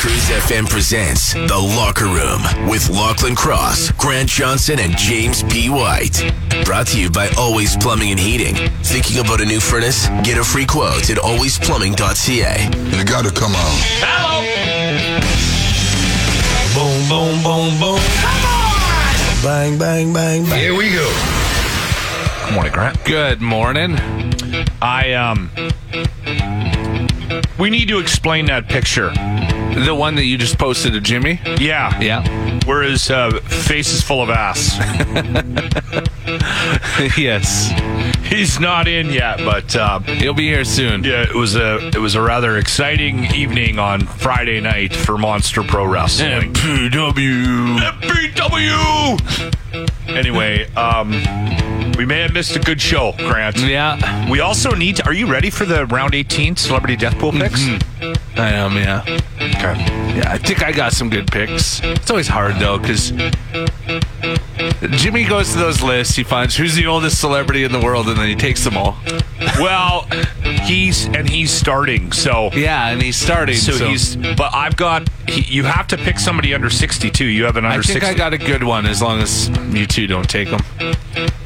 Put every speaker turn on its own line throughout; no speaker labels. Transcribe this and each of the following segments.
Cruise FM presents The Locker Room with Lachlan Cross, Grant Johnson, and James P. White. Brought to you by Always Plumbing and Heating. Thinking about a new furnace? Get a free quote at alwaysplumbing.ca.
You gotta come on.
Boom, boom, boom, boom. Bang, bang, bang, bang. Here we go.
Morning, Grant. Good morning. I um
We need to explain that picture.
the one that you just posted to Jimmy.
Yeah.
Yeah.
Where his uh, face is full of ass.
yes.
He's not in yet, but uh,
He'll be here soon.
yeah, it was a it was a rather exciting evening on Friday night for Monster Pro Wrestling.
PW.
BW. Anyway, um, we may have missed a good show, Grant.
Yeah.
We also need to. Are you ready for the round 18 celebrity death pool picks?
Mm-hmm. I am. Yeah. Yeah. I think I got some good picks. It's always hard though, because Jimmy goes to those lists. He finds who's the oldest celebrity in the world, and then he takes them all.
Well, he's and he's starting, so
Yeah, and he's starting.
So, he's, but I've got. He, you have to pick somebody under sixty-two. You have an
I
under
think
sixty.
I got a good one as long as you two don't take them.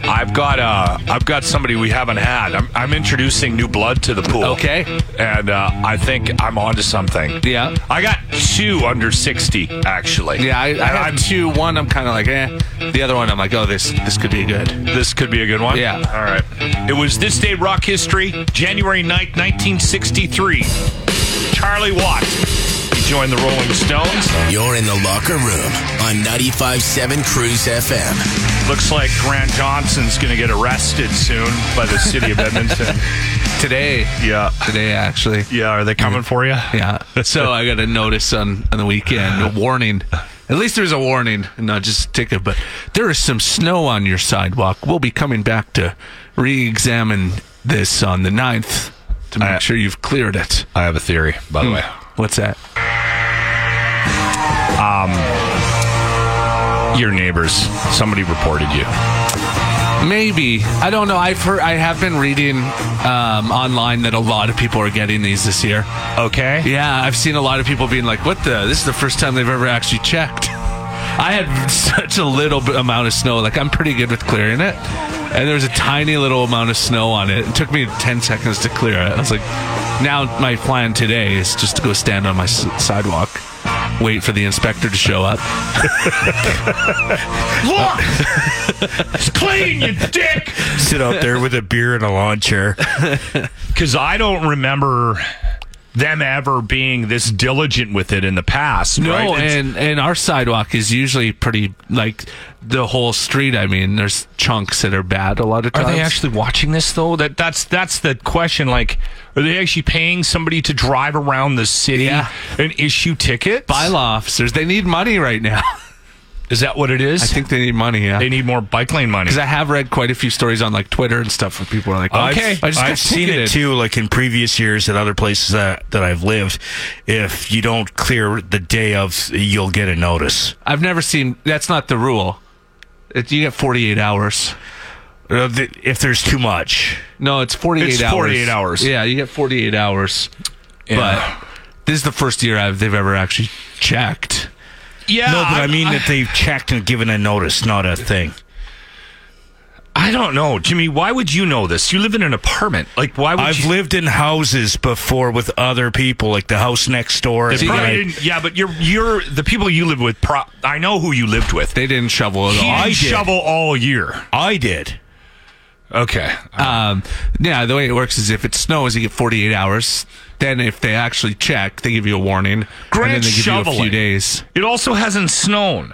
I've got. Uh, I've got somebody we haven't had. I'm, I'm introducing new blood to the pool.
Okay.
and uh, I think I'm onto something.
Yeah.
I got two under sixty actually.
Yeah, I, I
And
have
I'm-
two. One, I'm kind of like, eh. The other one, I'm like, oh, this this could be good.
This could be a good one.
Yeah.
All right. It was this day rock history, January 9th, 1963. Charlie Watt. He joined the Rolling Stones.
You're in The Locker Room on 95.7 Cruise FM.
Looks like Grant Johnson's going to get arrested soon by the city of Edmonton.
Today,
Yeah.
today actually.
Yeah. Are they coming for you?
Yeah. So I got a notice on on the weekend, a warning. At least there's a warning, and not just a ticket. But there is some snow on your sidewalk. We'll be coming back to re-examine this on the 9th to make
Uh,
sure you've cleared it.
I have a theory, by the way.
What's that?
Your neighbors. Somebody reported you.
Maybe I don't know. I've heard. I have been reading um, online that a lot of people are getting these this year.
Okay.
Yeah, I've seen a lot of people being like, "What the? This is the first time they've ever actually checked." I had such a little bit amount of snow. Like I'm pretty good with clearing it, and there was a tiny little amount of snow on it. It took me ten seconds to clear it. I was like, "Now my plan today is just to go stand on my s- sidewalk." Wait for the inspector to show up.
Look! it's clean, you dick!
sit out there with a beer and a lawn chair.
Because I don't remember them ever being this diligent with it in the past.
No,
right? It's-
and and our sidewalk is usually pretty like the whole street. I mean, there's chunks that are bad a lot of
Are
times.
they actually watching this though? That that's that's the question. Like, are they actually paying somebody to drive around the city
Yeah.
and issue tickets?
bylaw officers? They need money right now.
Is that what it is?
I think they need money. Yeah.
they need more bike lane money.
Because I have read quite a few stories on like Twitter and stuff where people are like, oh,
Okay.
I just got
I've seen it
ticketed.
too, like in previous years at other places that, that I've lived. If you don't clear the day of, you'll get a notice.
I've never seen. That's not the rule. It, you get 48 hours.
Uh, th- If there's too much,
No, it's 48
It's
hours.
48 hours.
Yeah, you get 48 hours. But this is the first year I've, they've ever actually checked.
yeah,
no, but I mean that they've checked and given a notice, not a thing.
I don't know, Jimmy. Why would you know this? You live in an apartment. Like, why would
I've
you?
lived in houses before with other people, like the house next door.
They
and
probably
I-
didn't- yeah, but you're you're the people you live with. Pro- I know who you lived with.
They didn't shovel at
He
all.
didn't
I did.
shovel all year.
I did.
Okay,
Um, yeah, the way it works is if it snows, you get 48 hours. Then if they actually check, they give you a warning. and then
Grant's
they give you a
shoveling.
few days.
it also hasn't snowed.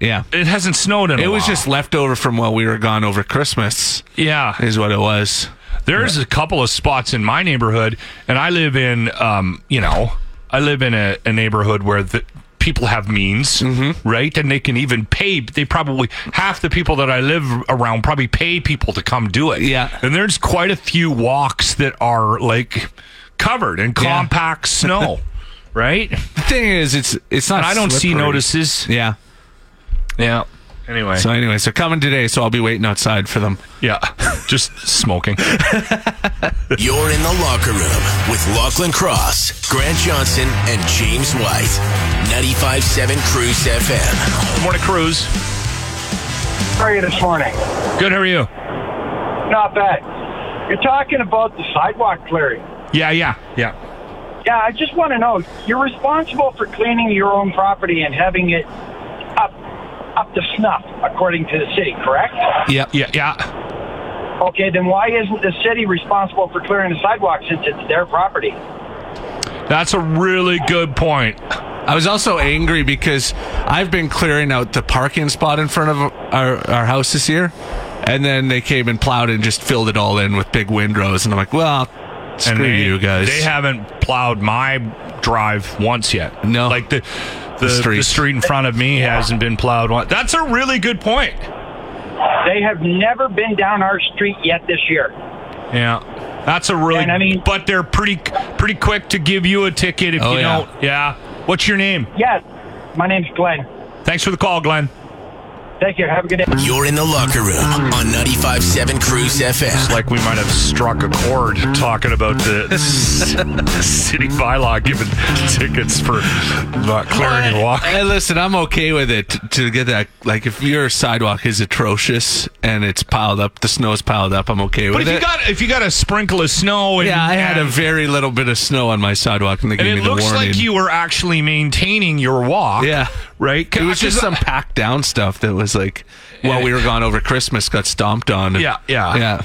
Yeah.
It hasn't snowed in a
It was
while.
just left over from while we were gone over Christmas,
yeah.
is what it was.
There's a couple of spots in my neighborhood, and I live in, um, you know, I live in a, a neighborhood where the people have means, right? And they can even pay. They probably half the people that I live around probably pay people to come do it.
Yeah.
and there's quite a few walks that are like covered in compact snow, right?
The thing is, it's it's not.
And I don't see
slippery.
notices.
Yeah,
Yeah. Anyway,
So anyway, so coming today, so I'll be waiting outside for them.
yeah, just smoking.
You're in the locker room with Lachlan Cross, Grant Johnson, and James White. 95.7 Cruise FM.
Morning, Cruz.
How are you this morning?
Good. How are you?
Not bad. You're talking about the sidewalk clearing.
Yeah, yeah, yeah.
Yeah, I just want to know. You're responsible for cleaning your own property and having it up up to snuff, according to the city, correct?
Yeah, yeah, yeah.
Okay, then why isn't the city responsible for clearing the sidewalk since it's their property?
That's a really good point.
I was also angry because I've been clearing out the parking spot in front of our, our house this year, and then they came and plowed and just filled it all in with big windrows, and I'm like, well, screw
and they,
you guys.
They haven't plowed my drive once yet.
No.
like the the, the, street.
street.
in front of me hasn't been plowed once. That's a really good point.
They have never been down our street yet this year.
Yeah, that's a really.
And I mean-
but they're pretty pretty quick to give you a ticket if
Oh,
you
yeah.
don't. Yeah. What's your name?
Yes, my name's Glenn.
Thanks for the call, Glenn.
Thank you. Have a good day.
You're in the locker room on 95.7 Cruise FM.
Like we might have struck a chord talking about the s- city bylaw giving tickets for not clearing and walking.
Hey, listen, I'm okay with it t- to get that. Like, if your sidewalk is atrocious and it's piled up, the snow's piled up, I'm okay
But
with
if you
it.
got if you got a sprinkle of snow and
yeah, I had a
and-
very little bit of snow on my sidewalk, and they
and
gave
it
me the
looks
warning.
like you were actually maintaining your walk.
yeah,
right.
It was just some packed down stuff that was like, while we were gone over Christmas, got stomped on.
Yeah, yeah.
yeah.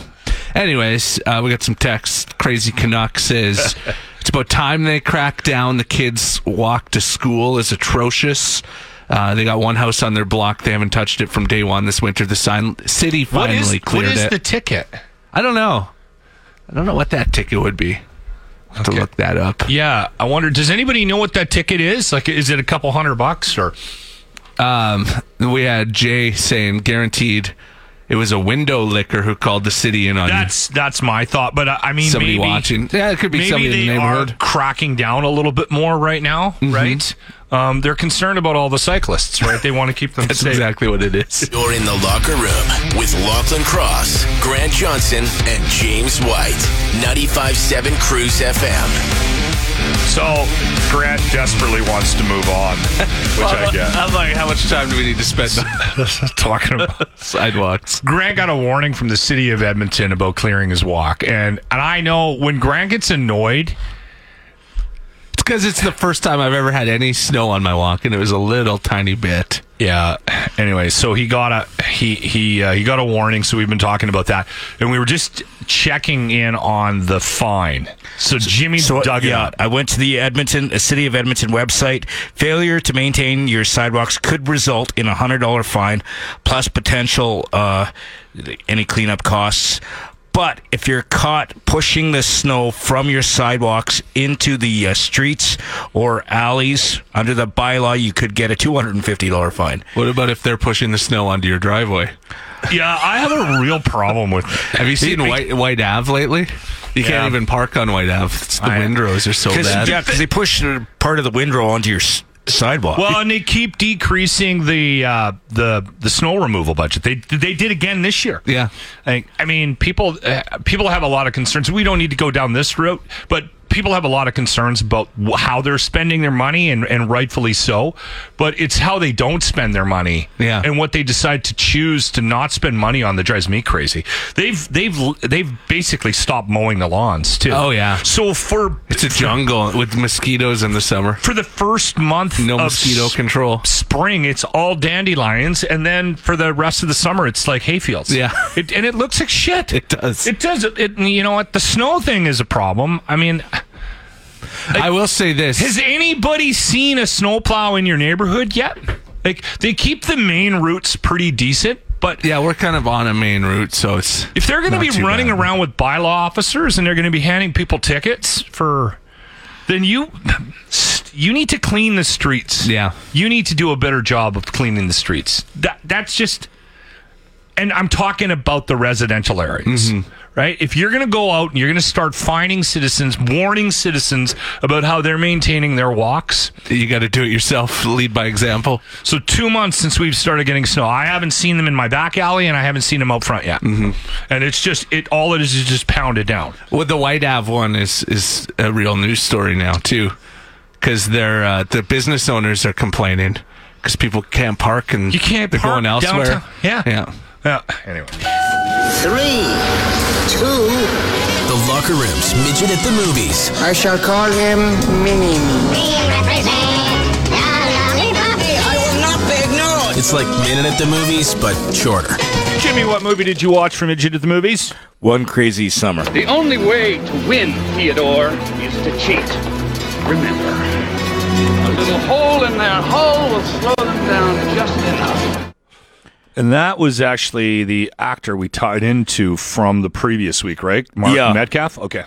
Anyways, uh, we got some texts. Crazy Canuck says it's about time they crack down. The kids' walk to school is atrocious. Uh, they got one house on their block. They haven't touched it from day one this winter. The sign, city
What
finally
is-
cleared
what is
it.
the ticket?
I don't know. I don't know what that ticket would be. I'll have
Okay.
to look that up.
Yeah, I wonder. Does anybody know what that ticket is? Like, is it a couple hundred bucks or?
Um, we had Jay saying guaranteed it was a window licker who called the city in on
That's that's my thought. But I, I mean,
somebody
maybe,
watching. Yeah, it could be
Maybe
somebody in the
they are
neighborhood. Mm-hmm.
cracking down a little bit more right now, right? Um, they're concerned about all the cyclists, right? They want to keep them
That's
safe.
exactly what it is.
You're in the locker room with Lachlan Cross, Grant Johnson, and James White. 95.7 Cruise FM.
So Grant desperately wants to move on, which I get.
I'm like, how much time do we need to spend on
Talking about
sidewalks?
Grant got a warning from the city of Edmonton about clearing his walk, and and I know when Grant gets annoyed,
It's because it's the first time I've ever had any snow on my walk, and it was a little tiny bit.
Yeah. Anyway, so he got a he he uh, he got a warning. So we've been talking about that, and we were just checking in on the fine. So Jimmy dug it
yeah,
up.
I went to the Edmonton, uh, City of Edmonton website. Failure to maintain your sidewalks could result in a hundred dollar fine, plus potential uh, any cleanup costs. But if you're caught pushing the snow from your sidewalks into the uh, streets or alleys under the bylaw, you could get a two hundred and fifty dollar fine.
What about if they're pushing the snow onto your driveway?
Yeah, I have a real problem with.
Have you seen White White Ave lately? You
Yeah.
can't even park on White Ave. It's, the
I-
windrows are so
Because
bad.
they push uh, part of the windrow onto your s- sidewalk.
Well, and they keep decreasing the uh, the the snow removal budget. They they did again this year.
Yeah.
I, I mean, people uh, people have a lot of concerns. We don't need to go down this route, but people have a lot of concerns about wh- how they're spending their money, and, and rightfully so. But it's how they don't spend their money,
Yeah.
and what they decide to choose to not spend money on that drives me crazy. They've they've they've basically stopped mowing the lawns too.
Oh, yeah.
So for
It's a jungle with mosquitoes in the summer.
for the first month,
No
of
mosquito
s-
control.
Spring, it's all dandelions, and then for the rest of the summer, it's like hayfields.
Yeah.
it, and it looks like shit.
It does.
It does. It, it- you know what? The snow thing is a problem. I mean,
I will say this.
has anybody seen a snowplow in your neighborhood yet? Like they keep the main routes pretty decent, but
yeah, we're kind of on a main route, so it's
if they're going to
Not
be
too
running
bad.
around with bylaw officers and they're going to be handing people tickets for, then you you need to clean the streets.
Yeah.
you need to do a better job of cleaning the streets. That that's just. and I'm talking about the residential areas, right? If you're going to go out and you're going to start fining citizens, warning citizens about how they're maintaining their walks.
You got to do it yourself. Lead by example.
So two months since we've started getting snow, I haven't seen them in my back alley and I haven't seen them out front yet. Mm-hmm. And it's just it all it is is just pounded down.
Well, the White Ave one is is a real news story now too, because they're uh, the business owners are complaining because people can't park and
You can't
they're
park
going elsewhere.
downtown. Yeah.
yeah.
Yeah. Anyway.
Three, two,
The Locker Room's Midget at the Movies.
I shall call him Mini Me. I will not be ignored.
It's like Minute at the Movies, but shorter.
Jimmy, what movie did you watch from Midget at the Movies?
One crazy summer.
The only way to win, Theodore, is to cheat. Remember, a little hole in their hull will slow them down just enough.
And that was actually the actor we tied into from the previous week, right? Mark
Yeah.
Metcalf? Okay.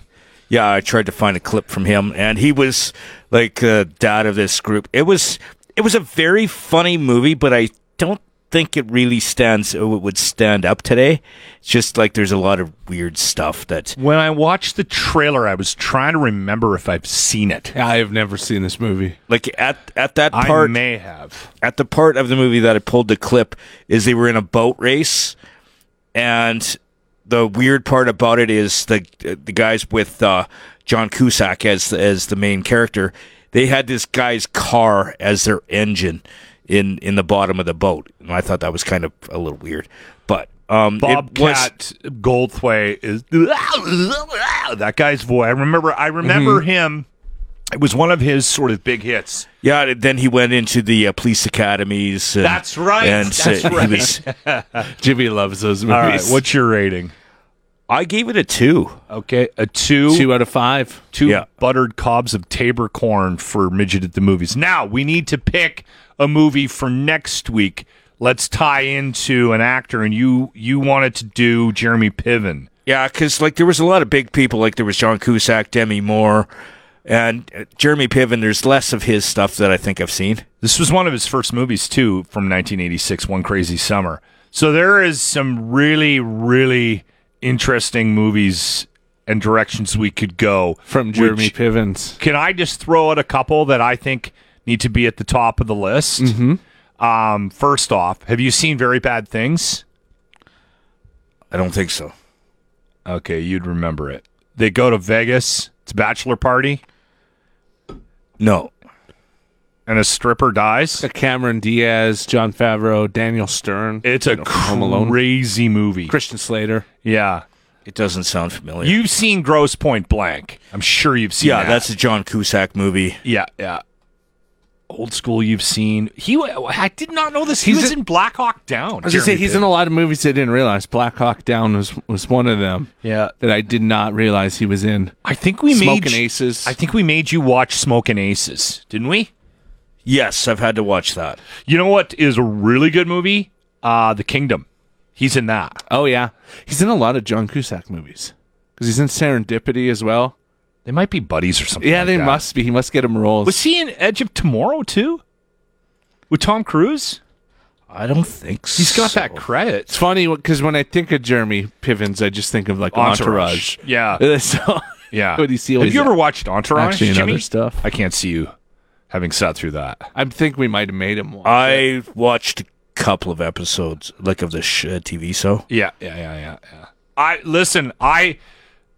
Yeah, I tried to find a clip from him, and he was like uh, dad of this group. It was it was a very funny movie, but I don't think it really stands. oh, It would stand up today. It's just like there's a lot of weird stuff that
When I watched the trailer, I was trying to remember if I've seen it.
I have never seen this movie.
like at at that
I
part
may have.
at the part of the movie that I pulled the clip is they were in a boat race, and the weird part about it is the the guys with uh, John Cusack as as the main character, they had this guy's car as their engine in in the bottom of the boat, and I thought that was kind of a little weird, but. Um, it was-
Bobcat Goldthwait is that guy's voice. I remember. I remember him. It was one of his sort of big hits.
yeah. and Then he went into the uh, police academies. And,
That's right,
And
that's
uh,
right.
He was,
Jimmy loves those movies.
All right, what's your rating?
I gave it a two.
Okay, a two,
two out of five?
two
Yeah.
buttered cobs of Tabor corn for midget at the movies. Now we need to pick a movie for next week. Let's tie into an actor, and you you wanted to do Jeremy Piven.
Yeah, because like there was a lot of big people. Like there was John Cusack, Demi Moore, and uh, Jeremy Piven. There's less of his stuff that I think I've seen.
This was one of his first movies too, from 1986, One Crazy Summer. So there is some really, really interesting movies and directions we could go
From Jeremy
which-
Pivens.
Can I just throw out a couple that I think need to be at the top of the list?
Mm-hmm.
Um, first off, have you seen Very Bad Things?
I don't think so.
Okay, you'd remember it. They go to Vegas. It's a bachelor party,
No.
and a stripper dies.
Cameron Diaz, John Favreau, Daniel Stern,
It's a
Home Alone.
crazy movie.
Christian Slater.
Yeah.
It doesn't sound familiar.
You've seen Gross Point Blank. I'm sure you've seen
yeah,
that.
that's a John Cusack movie.
yeah, yeah. Old school you've seen. He wa- I did not know this. He
He's
was
a-
in Black Hawk Down.
I was gonna say he's in a lot of movies I didn't realize. Black Hawk Down was was one of them
Yeah.
that I did not realize he was in.
I think we made
Smoking
you-
Aces.
I think we made you watch Smoking Aces, didn't we?
Yes, I've had to watch that.
You know what is a really good movie? Uh The Kingdom. He's in that.
Oh yeah, he's in a lot of John Cusack movies because he's in Serendipity as well.
They might be buddies or something.
Yeah,
like
they
that.
must be. He must get him roles.
Was he in Edge of Tomorrow too? With Tom Cruise?
I don't think so.
He's got that credit.
it's funny because when I think of Jeremy Pivens, I just think of like Entourage.
Entourage. Yeah.
so
Yeah.
What do you see
Have
always
you ever
at-
watched Entourage?
actually in
Jimmy?
other stuff.
I can't see you having sat through that.
I think we might have made him. One.
I watched a couple of episodes, like of the sh- uh, TV show.
Yeah, yeah, yeah, yeah, yeah. I listen. I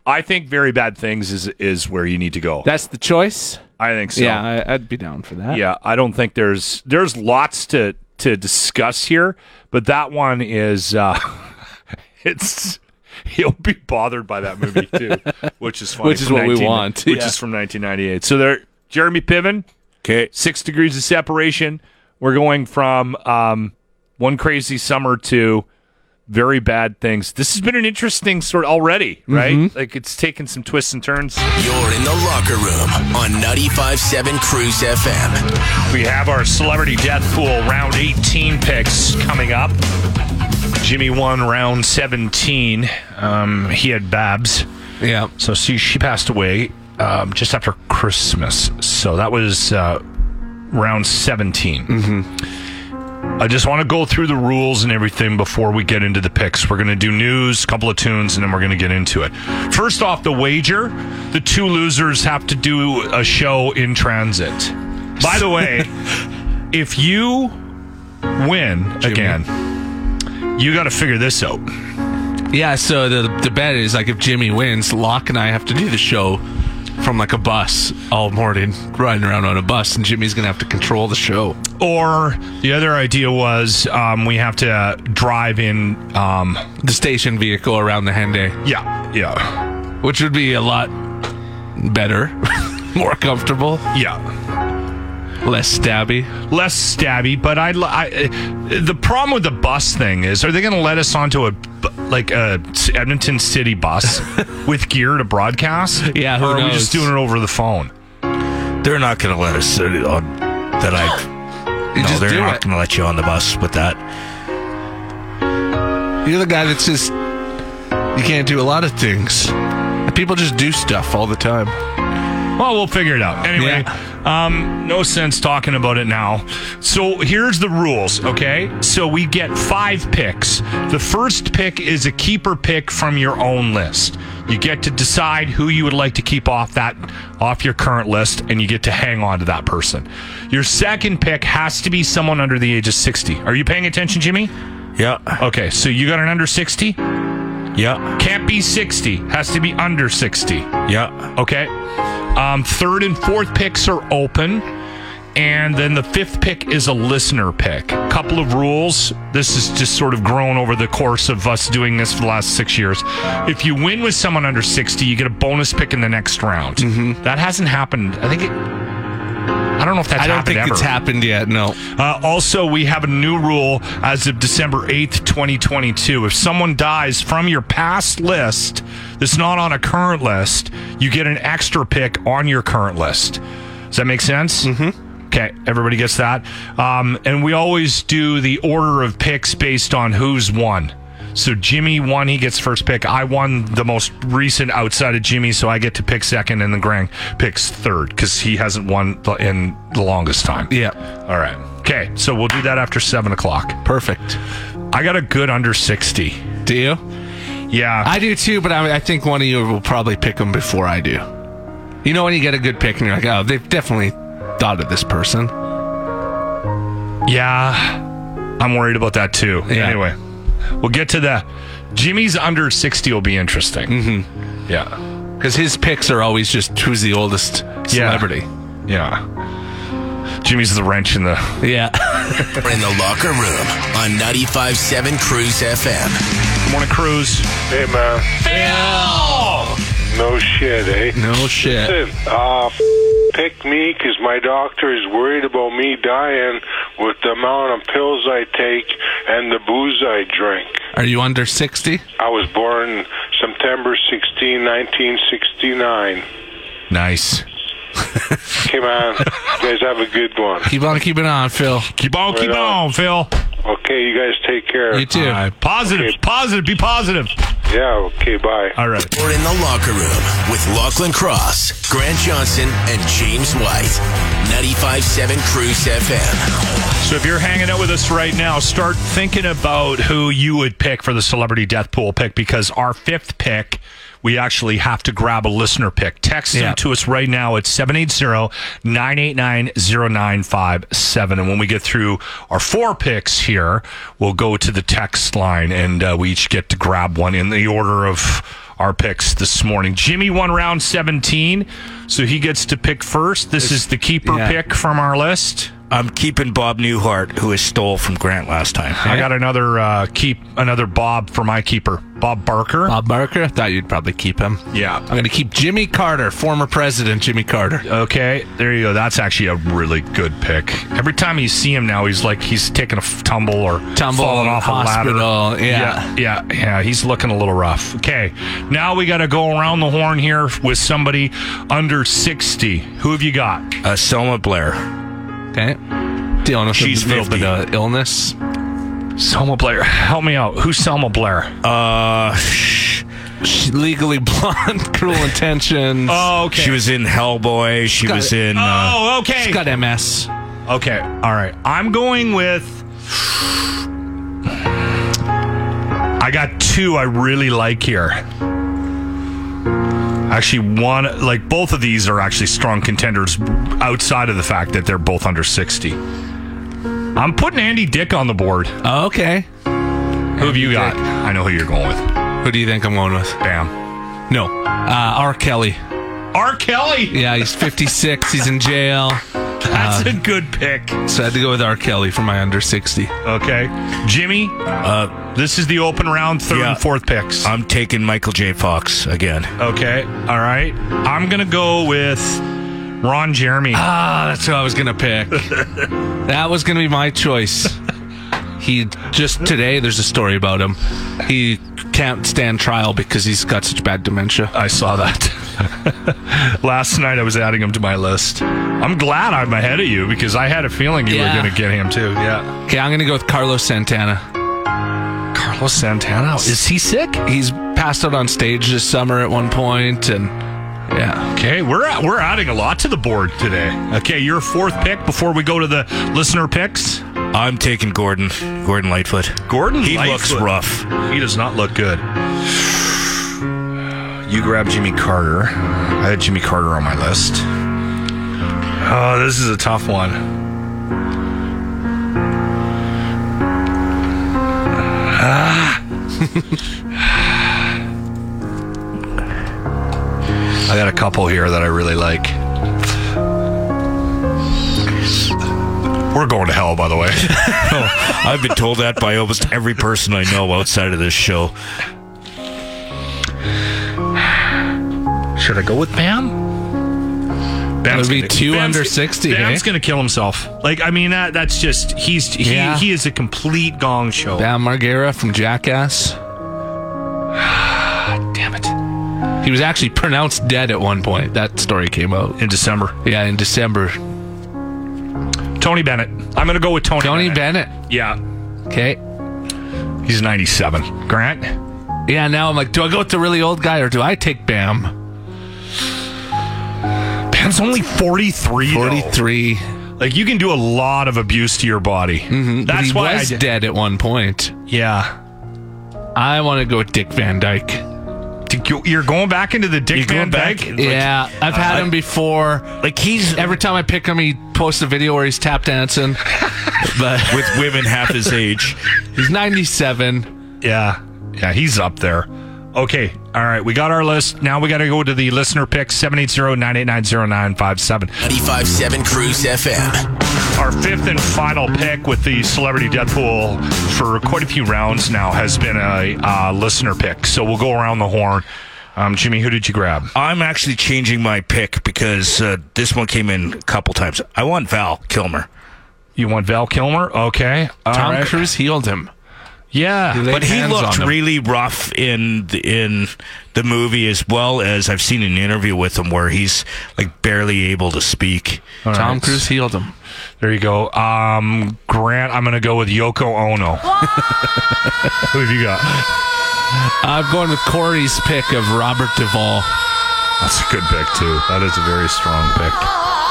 I think very bad things is is where you need to go.
That's the choice.
I think so.
yeah, I, I'd be down for that.
yeah. I don't think there's there's lots to to discuss here, but that one is uh it's. He'll be bothered by that movie too, which is funny.
Which is
from
what we want,
Which
yeah.
is from 1998. So there, Jeremy Piven,
Okay.
six degrees of separation. We're going from um, one crazy summer to very bad things. This has been an interesting sort already, right?
Mm-hmm.
Like it's taken some twists and turns.
You're in the Locker Room on 95.7 Cruise FM.
We have our celebrity death pool round 18 picks coming up. Jimmy won round 17. Um, he had Babs.
yeah.
So she, she passed away um, just after Christmas. So that was uh, round 17. Mm-hmm. I just want to go through the rules and everything before we get into the picks. We're going to do news, a couple of tunes, and then we're going to get into it. First off, the wager. The two losers have to do a show in transit. By the way, if you win again, you got to figure this out.
Yeah, so the the bet is like if Jimmy wins, Locke and I have to do the show from like a bus all morning, riding around on a bus, and Jimmy's gonna have to control the show.
Or the other idea was um, we have to uh, drive in. Um,
The station vehicle around the Henday,
yeah, yeah,
which would be a lot better, more comfortable,
yeah.
less stabby.
less stabby, but I'd li- I, uh, the problem with the bus thing is, are they going to let us onto a bu- like a s- Edmonton city bus with gear to broadcast?
Yeah, who
or are we just
knows?
doing it over the phone?
They're not going to let us sit on that. I
You
no,
just
they're
do
not
it.
going to let you on the bus with that.
You're the guy that's just you can't do a lot of things. People just do stuff all the time.
Well, we'll figure it out. Anyway, um, no sense talking about it now. So here's the rules, okay? So we get five picks. The first pick is a keeper pick from your own list. You get to decide who you would like to keep off that off your current list, and you get to hang on to that person. Your second pick has to be someone under the age of 60. Are you paying attention, Jimmy?
Yeah,
Okay, so you got an under 60?
yeah,
Can't be 60. Has to be under 60.
yeah.
Okay. Um, third and fourth picks are open. And then the fifth pick is a listener pick. Couple of rules. This has just sort of grown over the course of us doing this for the last six years. If you win with someone under 60, you get a bonus pick in the next round.
Mm-hmm.
That hasn't happened. I think it. I don't know if that's
I don't
happened
think
ever.
it's happened yet. No.
Uh, also, we have a new rule as of December 8th, 2022. If someone dies from your past list that's not on a current list, you get an extra pick on your current list. Does that make sense? Mm-hmm. Okay, everybody gets that. Um, and we always do the order of picks based on who's won. So Jimmy won, he gets first pick. I won the most recent outside of Jimmy, so I get to pick second, and then Grang picks third because he hasn't won the- in the longest time.
Yeah.
All right. Okay, so we'll do that after seven o'clock.
Perfect.
I got a good under sixty.
Do you?
Yeah.
I do too, but I, I think one of you will probably pick them before I do. You know when you get a good pick and you're like, oh, they've definitely thought of this person.
yeah. I'm worried about that too.
Yeah.
Anyway, we'll get to the Jimmy's under sixty will be interesting. Mm-hmm. Yeah.
Because his picks are always just who's the oldest celebrity.
Yeah. Jimmy's the wrench in the
Yeah.
In the locker room on 95.7 Cruise FM.
Good morning cruise.
Hey, man. No shit, eh?
no shit.
Listen, uh, f- pick me 'cause my doctor is worried about me dying with the amount of pills I take and the booze I drink.
Are you under 60?
I was born September 16, 1969.
Nice.
Come on. you guys have a good one.
Keep on keeping on, Phil.
Keep on, keep
Right on.
on, Phil.
Okay, you guys take care.
You too.
All right. Positive,
Okay.
positive, be positive.
Yeah, okay, bye.
All right.
We're in the locker room with Lachlan Cross, Grant Johnson, and James White. 95.7 Cruise FM.
So if you're hanging out with us right now, start thinking about who you would pick for the celebrity death pool pick because our fifth pick, we actually have to grab a listener pick. Text
Yeah.
them to us right now at 780-989-0957. And when we get through our four picks here, we'll go to the text line and uh, we each get to grab one in the order of our picks this morning. Jimmy won round 17, so he gets to pick first. This is the keeper
yeah.
pick from our list.
I'm keeping Bob Newhart, who I stole from Grant last time.
I got another uh, keep, another Bob for my keeper, Bob Barker.
Bob Barker, I thought you'd probably keep him. I'm
Yeah.
going to keep Jimmy Carter, former president Jimmy Carter.
Okay, there you go. That's actually a really good pick. Every time you see him now, he's like he's taking a f- tumble or
Tumble,
falling off a
hospital,
ladder. yeah,
yeah.
yeah, yeah. He's looking a little rough. Okay, now we got to go around the horn here with somebody under sixty. Who have you got?
Uh, Selma Blair.
Okay. Dealing with
She's
a little bit
50.
of illness.
Selma Blair. Help me out. Who's Selma Blair?
Uh, sh-
She- legally blonde, cruel intentions.
oh, okay.
she was in Hellboy. She
Got
was
it.
in. Uh,
Oh, okay.
She's got MS.
Okay. All right. I'm going with. I got two I really like here. Actually, one, like both of these are actually strong contenders outside of the fact that they're both under 60. I'm putting Andy Dick on the board. Who
Oh, okay.
have you got? I know who you're going with.
Who do you think I'm going with?
Bam.
No, uh, R. Kelly.
R. Kelly!
Yeah, he's 56. he's in jail.
That's a good pick.
So I had to go with R. Kelly for my under 60.
Okay. Jimmy, uh, this is the open round, third
Yeah.
and fourth picks.
I'm taking Michael J. Fox again.
okay. All right. I'm going to go with Ron Jeremy.
Ah, that's who I was gonna pick. that was gonna be my choice. He just today there's a story about him. He can't stand trial because he's got such bad dementia.
I saw that. Last night I was adding him to my list. I'm glad I'm ahead of you because I had a feeling you
Yeah.
were going to get him too. Yeah.
Okay, I'm gonna go with Carlos Santana.
Carlos Santana. Is he sick?
He's passed out on stage this summer at one point, and yeah,
Okay, we're at, we're adding a lot to the board today. Okay, your fourth pick before we go to the listener picks.
I'm taking Gordon. Gordon Lightfoot.
Gordon
He
Lightfoot.
looks rough.
He does not look good. You grab Jimmy Carter. I had Jimmy Carter on my list. Oh, this is a tough one. Ah. I got a couple here that I really like. We're going to hell, by the way.
I've been told that by almost every person I know outside of this show.
Should I go with Bam?
that would be
gonna-
two
Bam's
under
gonna-
sixty.
Bam's
Hey?
gonna kill himself. Like I mean, that that's just he's he,
Yeah.
he is a complete gong show.
Bam Margera from Jackass.
Damn it!
He was actually pronounced dead at one point. That story came out.
In December,
Yeah, in December.
Tony Bennett. I'm gonna go with Tony.
Tony Bennett.
Yeah,
Okay.
he's 97. Grant.
Yeah, now I'm like, do I go with the really old guy or do I take Bam?
Bam's only 43. though.
43.
Like you can do a lot of abuse to your body. Mm-hmm.
But
That's
he
why. I
was
did-
dead at one point.
Yeah.
I want to go with Dick Van Dyke.
Dude, you- You're going back into the Dick
You're
Van
going back?
Dyke?
yeah, I've
Uh,
had him before.
Like he's
Every time I pick him, he posts a video where he's tap dancing. but
with women half his age.
he's 97.
Yeah. Yeah, he's up there. Okay. All right. We got our list. Now we got to go to the listener pick 780 989 0957.
957 Cruise FM.
Our fifth and final pick with the celebrity death pool for quite a few rounds now has been a uh, listener pick. So we'll go around the horn. Um, Jimmy, who did you grab?
I'm actually changing my pick because uh, this one came in a couple times. I want Val Kilmer.
You want Val Kilmer? Okay. All
Tom
right.
Cruise healed him.
Yeah.
laid
But he
hands
looked
on him.
re-
really rough in the, in the movie as well as I've seen an interview with him where he's like barely able to speak.
Tom Cruise healed him.
There you go. Um, Grant, I'm going to go with Yoko Ono. who have you got?
I'm going with Corey's pick of Robert Duvall.
That's a good pick, too. That is a very strong pick.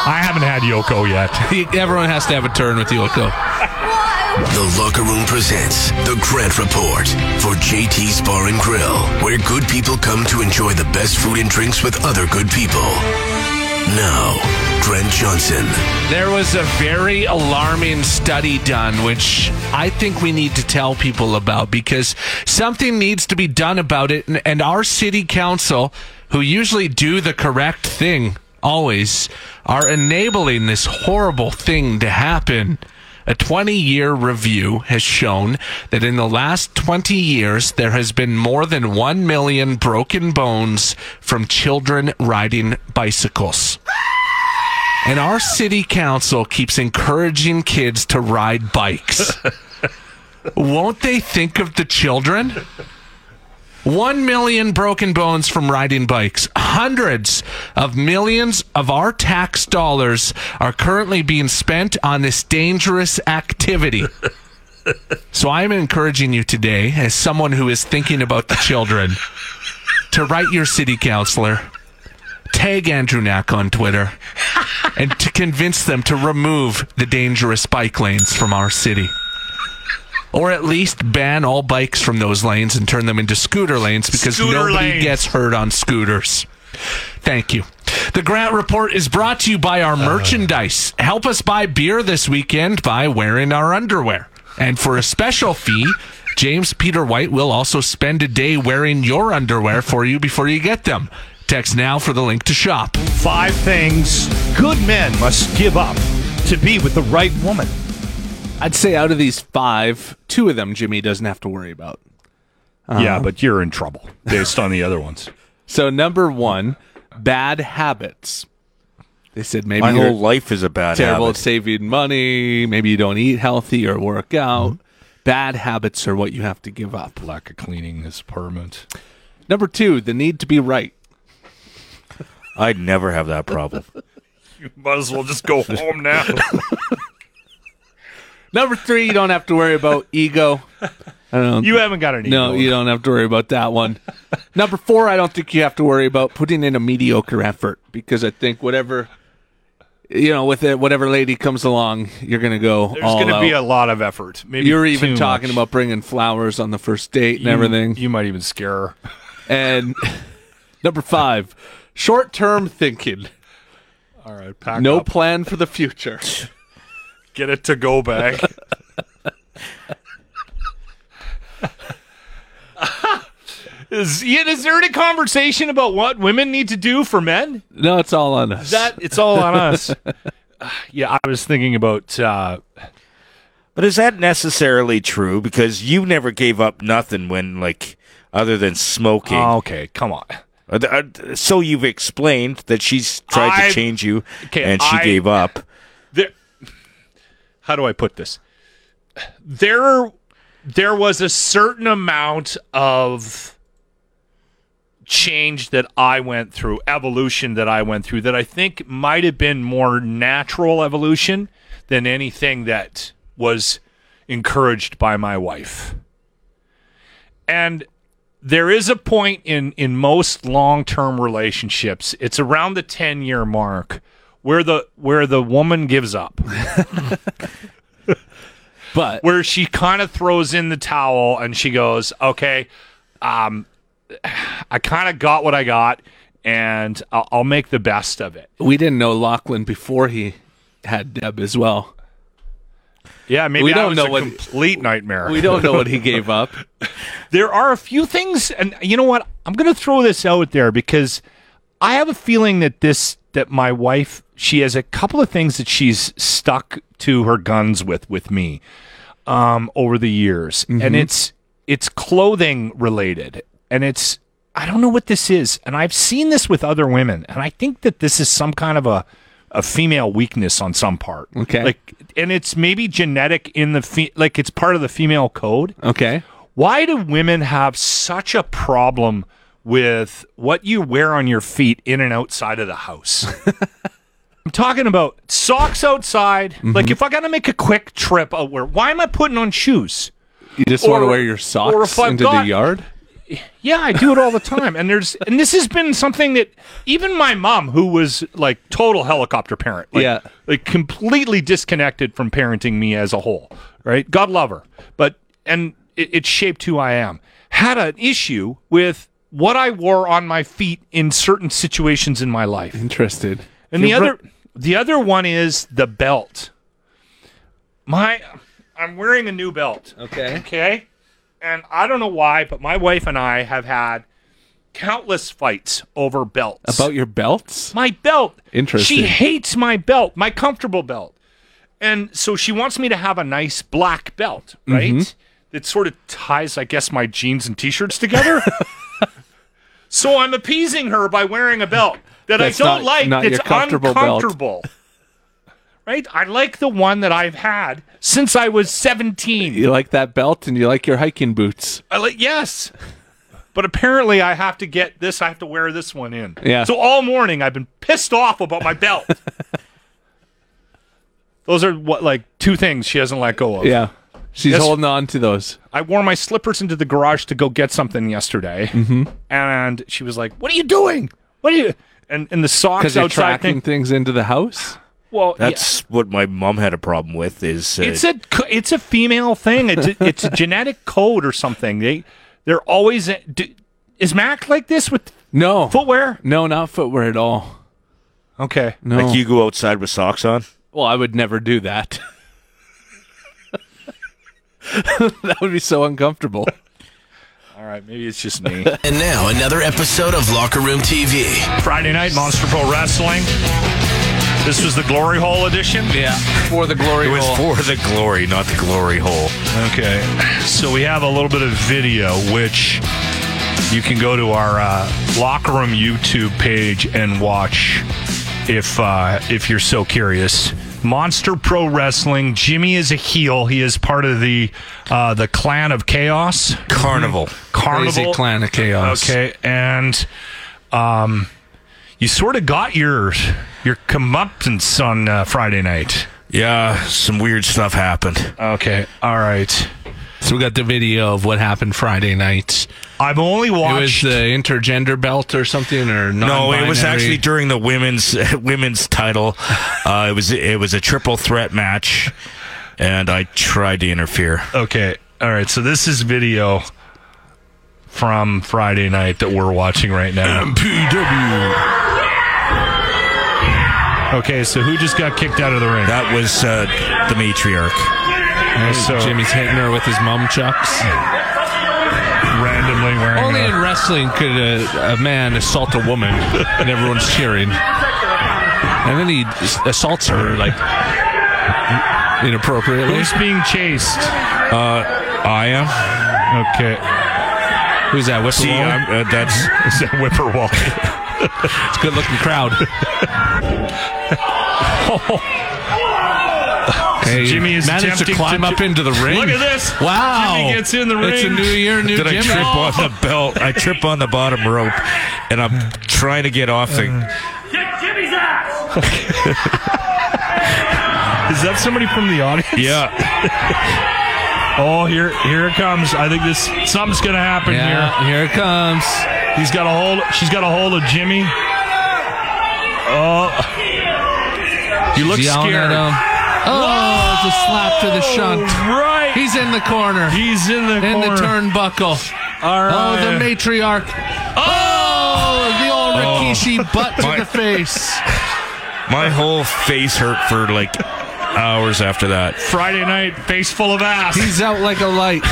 I haven't had Yoko yet.
He, everyone has to have a turn with Yoko.
The Locker Room presents The Grant Report for JT's Bar and Grill, where good people come to enjoy the best food and drinks with other good people. Now, Grant Johnson.
There was a very alarming study done, which I think we need to tell people about because something needs to be done about it. And, and our city council, who usually do the correct thing always, are enabling this horrible thing to happen. A 20 year review has shown that in the last 20 years, there has been more than 1 million broken bones from children riding bicycles. And our city council keeps encouraging kids to ride bikes. Won't they think of the children? One million broken bones from riding bikes. Hundreds of millions of our tax dollars are currently being spent on this dangerous activity. So I'm encouraging you today, as someone who is thinking about the children, to write your city councilor, tag Andrew Knack on Twitter, and to convince them to remove the dangerous bike lanes from our city. or at least ban all bikes from those lanes and turn them into scooter lanes because
Scooter
nobody
lanes.
gets hurt on scooters. Thank you. The Grant Report is brought to you by our merchandise. Help us buy beer this weekend by wearing our underwear. And for a special fee, James Peter White will also spend a day wearing your underwear for you before you get them. Text now for the link to shop.
Five things good men must give up to be with the right woman.
I'd say out of these five, two of them Jimmy doesn't have to worry about.
Yeah, but
You're in trouble based on the other ones.
So number one, bad habits. They said maybe
My
you're
whole life is a bad
terrible at
habit.
saving money. Maybe you don't eat healthy or work out.
Mm-hmm.
Bad habits are what you have to give up.
Lack of cleaning his apartment.
Number two, the need to be right.
I'd never have that problem.
Might as well just go home now.
Number three, you don't have to worry about ego. I don't
You haven't got any.
no, you don't have to worry about that one. Number four, I don't think you have to worry about putting in a mediocre effort because I think whatever, you know, with it, whatever lady comes along, you're gonna go
There's
all
going to be
out.
a lot of effort. Maybe
you're even
too
talking
much.
about bringing flowers on the first date and everything.
You might even scare her.
And number five, short term thinking,
All right, pack
no
up.
plan for the future.
Get it to go bag.
Is, Ian, is there any conversation about what women need to do for men?
No, it's all on us.
That it's all on us. yeah, I was thinking about uh,
But is that necessarily true? Because you never gave up nothing when, like, other than smoking.
Oh, okay, come on.
Uh, th- uh, th- So you've explained that she's tried
I've-
to change you,
Okay,
and she
I-
gave up.
there how do i put this there there was a certain amount of change that i went through evolution that i went through that i think might have been more natural evolution than anything that was encouraged by my wife and there is a point in in most long-term relationships it's around the 10 year mark where the where the woman gives up
but
where she kind of throws in the towel and she goes, "Okay, um, I kind of got what I got, and I'll, I'll make the best of it."
we didn't know Lachlan before he had Deb as well.
Yeah, maybe
We
that
don't
was
know
a
what-
complete nightmare.
We don't know what he gave up.
there are a few things, and you know what? I'm going to throw this out there because I have a feeling that this that my wife she has a couple of things that she's stuck to her guns with with me um, over the years, and it's it's clothing related, and it's I don't know what this is, and I've seen this with other women, and I think that this is some kind of a a female weakness on some part.
Okay.
like and it's maybe genetic in the fe- like it's part of the female code
Okay.
why do women have such a problem with what you wear on your feet in and outside of the house? I'm talking about socks outside. Like if I gotta make a quick trip out where why am I putting on shoes?
You just
Or-
want to wear your
or
socks
if I've
into
got-
the yard?
Yeah, I do it all the time. And there's and this has been something that even my mom, who was like total helicopter parent, like,
Yeah.
like completely disconnected from parenting me as a whole, right? God love her. But and it, it shaped who I am. Had an issue with what I wore on my feet in certain situations in my life.
Interested.
And the other the other one is the belt. My I'm wearing a new belt.
Okay.
Okay? And I don't know why, but my wife and I have had countless fights over belts.
About your belts?
my belt.
Interesting.
She hates my belt, my comfortable belt. And so she wants me to have a nice black belt, right?
Mm-hmm.
That sort of ties, I guess, my jeans and t-shirts together. so I'm appeasing her by wearing a belt that
That's
I don't
not-
like.
not your
that's
comfortable belt.
uncomfortable. Right? I like the one that I've had since I was 17.
You like that belt and you like your hiking boots.
I like yes. But apparently I have to get this, I have to wear this one in.
Yeah.
So all morning I've been pissed off about my belt. Those are what like two things she hasn't let go of.
Yeah. She's
Yes.
holding on to those.
I wore my slippers into the garage to go get something yesterday.
Mm-hmm.
And she was like, What are you doing? What are you and and the socks
Because you're
outside thing.
tracking things into the house?
Well, yeah.
that's what my mom had a problem with. Is uh,
it's a c- it's a female thing. It's a, it's a genetic code or something. They they're always
uh,
do, is Mac like this with
no
footwear?
No, not footwear at all. Mm-hmm.
Okay,
No.
like you go outside with socks on.
Well, I would never do that. that would be so uncomfortable.
All right, maybe it's just me.
And now another episode of Locker Room TV.
Friday night, Monster Pro Wrestling. This was the Glory Hole edition.
Yeah, for the glory
It was
hole.
for the glory, not the glory hole. Okay. So we have a little bit of video, which you can go to our uh, locker room YouTube page and watch if uh, if you're so curious. Monster Pro Wrestling. Jimmy is a heel. He is part of the uh, the Clan of Chaos.
Carnival.
Carnival
Crazy clan of chaos.
Okay, and um, you sort of got your your comeuppance on uh, Friday night.
Yeah, some weird stuff happened.
Okay, all right.
So we got the video of what happened Friday night.
I've only
It was
watched.
the intergender belt or something, or
No, it was
non-binary.
actually during the women's women's title. Uh, it was it was a triple threat match, and I tried to interfere.
okay, all right. So this is video from Friday night that we're watching right now.
PW.
Okay, so who just got kicked out of the ring?
That was uh, the matriarch.
And so
Jimmy's hitting her uh, with his mum chucks.
randomly wearing.
Only in
a-
wrestling could a, a man assault a woman, and everyone's cheering. And then he s- assaults her like inappropriately.
Who's being chased?
I am.
Okay,
Who's that? Whistle?
See, I'm, uh, that's
is that Whipperwalkie?
It's a good-looking crowd. Hey,
Jimmy is
managed to
attempting
climb
to-
up into the ring.
Look at this.
Wow!
Jimmy gets in the
It's a
ring.
new year, new
Did I
Jimmy.
trip on the belt? I trip on the bottom rope, and I'm trying to get off the.
Is that somebody from the audience?
Yeah,
Oh, here, here it comes. I think this something's gonna happen
Yeah, here it comes.
here. He's got a hold. She's got a hold of Jimmy. Oh, you look
Yelling
scared.
at him. Oh, it's a slap to the shunt.
Oh, Right. He's,
He's in the corner.
in the
in
corner.
the turnbuckle.
All
Oh,
right.
the matriarch. Oh, the old Rikishi butt to the face.
my whole face hurt for like hours after that.
Friday night face full of ass.
He's out like a light.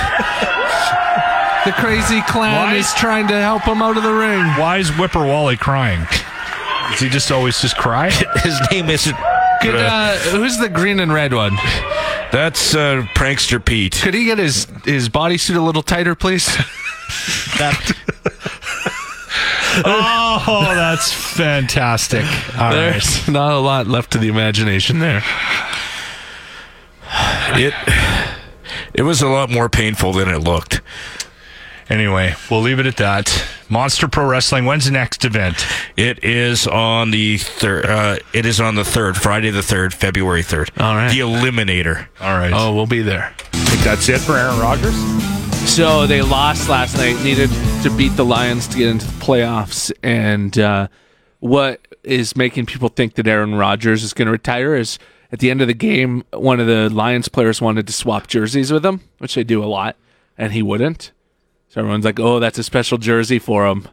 The crazy clown
Why-
is trying to help him out of the ring.
Why is Whipper Wally crying? Is he just always just cry?
His name isn't.
Could, uh, who's the green and red one?
That's uh, prankster Pete.
Could he get his his bodysuit a little tighter, please? that,
oh, that's fantastic. All right.
there's not a lot left to the imagination there.
It it was a lot more painful than it looked.
Anyway, we'll leave it at that. Monster Pro Wrestling. When's the next event?
It is on the third. Uh, it is on the third Friday, the third February third.
All right.
The Eliminator.
All right.
Oh, we'll be there.
think that's it for Aaron Rodgers.
So they lost last night, needed to beat the Lions to get into the playoffs. And uh, what is making people think that Aaron Rodgers is going to retire is at the end of the game, one of the Lions players wanted to swap jerseys with him, which they do a lot, and he wouldn't. So everyone's like, "Oh, that's a special jersey for him.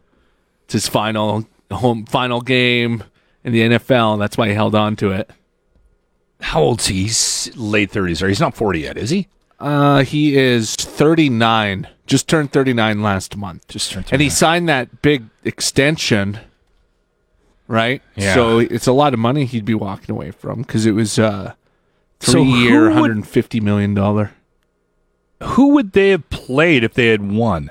It's his final home final game in the NFL. That's why he held on to it."
How old's he? He's late thirties, or he's not forty yet, is he?
Uh, he is 39. Just turned 39 last month. Just
turned
And he signed that big extension, right?
Yeah.
So it's a lot of money he'd be walking away from because it was uh, three
So who
year,
would-
$150 million. dollar.
Who would they have played if they had won?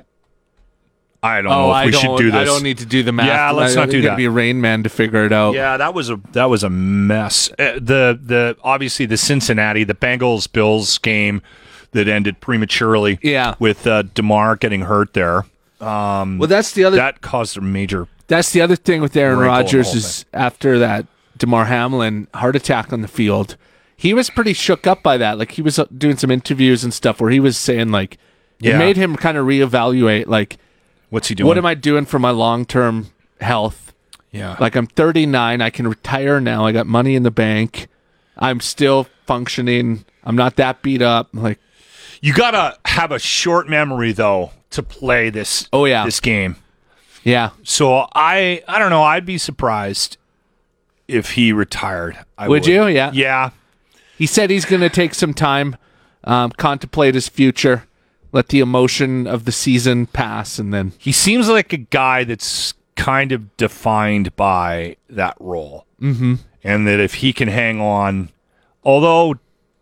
I don't
Oh,
know if
Oh, I
Oh, we
don't,
should do this.
I don't need to do the math.
Yeah, let's
I-
not do
you gotta
that.
be a rain man to figure it out.
Yeah, that was a that was a mess. Uh, the the obviously the Cincinnati, the Bengals Bills game that ended prematurely.
Yeah.
with uh, Demar getting hurt there. Um,
Well, that's the other
that caused a major.
That's the other thing with Aaron
Wrinkle in the
Rodgers
whole
is after that Demar Hamlin heart attack on the field, he was pretty shook up by that. Like he was uh, doing some interviews and stuff where he was saying like
Yeah.
it made him kind of reevaluate like
What's he doing?
what am I doing for my long term health?
Yeah,
Like I'm 39, I can retire now. I got money in the bank. I'm still functioning. I'm not that beat up. Like
you gotta have a short memory though to play this.
Oh yeah,
this game.
Yeah.
So I I don't know. I'd be surprised if he retired. I
would, you? Yeah.
Yeah.
He said he's going to take some time, um, contemplate his future, let the emotion of the season pass, and then
He seems like a guy that's kind of defined by that role,
Mhm.
and that if he can hang on, although,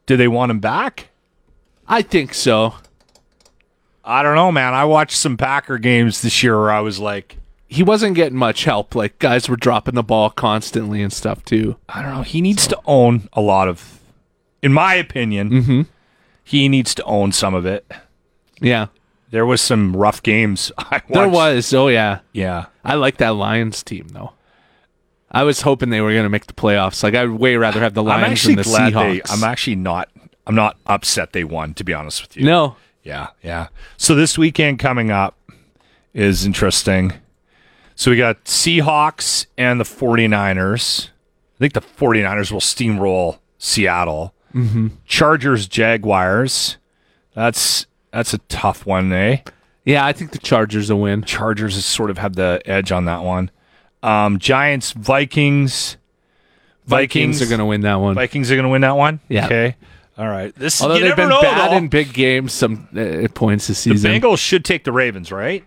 do they want him back?
I think so.
I don't know, man. I watched some Packer games this year where I was like,
he wasn't getting much help. Like guys were dropping the ball constantly and stuff too.
I don't know. He needs to own a lot of, in my opinion,
Mm-hmm.
he needs to own some of it.
Yeah.
There was some rough games. I watched.
There was. Oh yeah.
Yeah.
I like that Lions team though. I was hoping they were going to make the playoffs. Like I'd way rather have the
I'm
Lions
actually
than the
glad they.
Seahawks.
I'm actually not. I'm not upset they won. To be honest with you.
no.
Yeah, yeah. So this weekend coming up is interesting. So we got Seahawks and the 49ers. I think the 49ers will steamroll Seattle.
Mm-hmm.
Chargers Jaguars. That's that's a tough one, eh?
Yeah, I think the Chargers will win.
Chargers has sort of had the edge on that one. Um, Giants Vikings.
Vikings, are going to win that one.
Vikings are going to win that one.
Yeah.
Okay. All right. This
Although
you
they've
never
been
know,
bad
though.
in big games, some uh, points this
the
season.
Bengals should take the Ravens, right?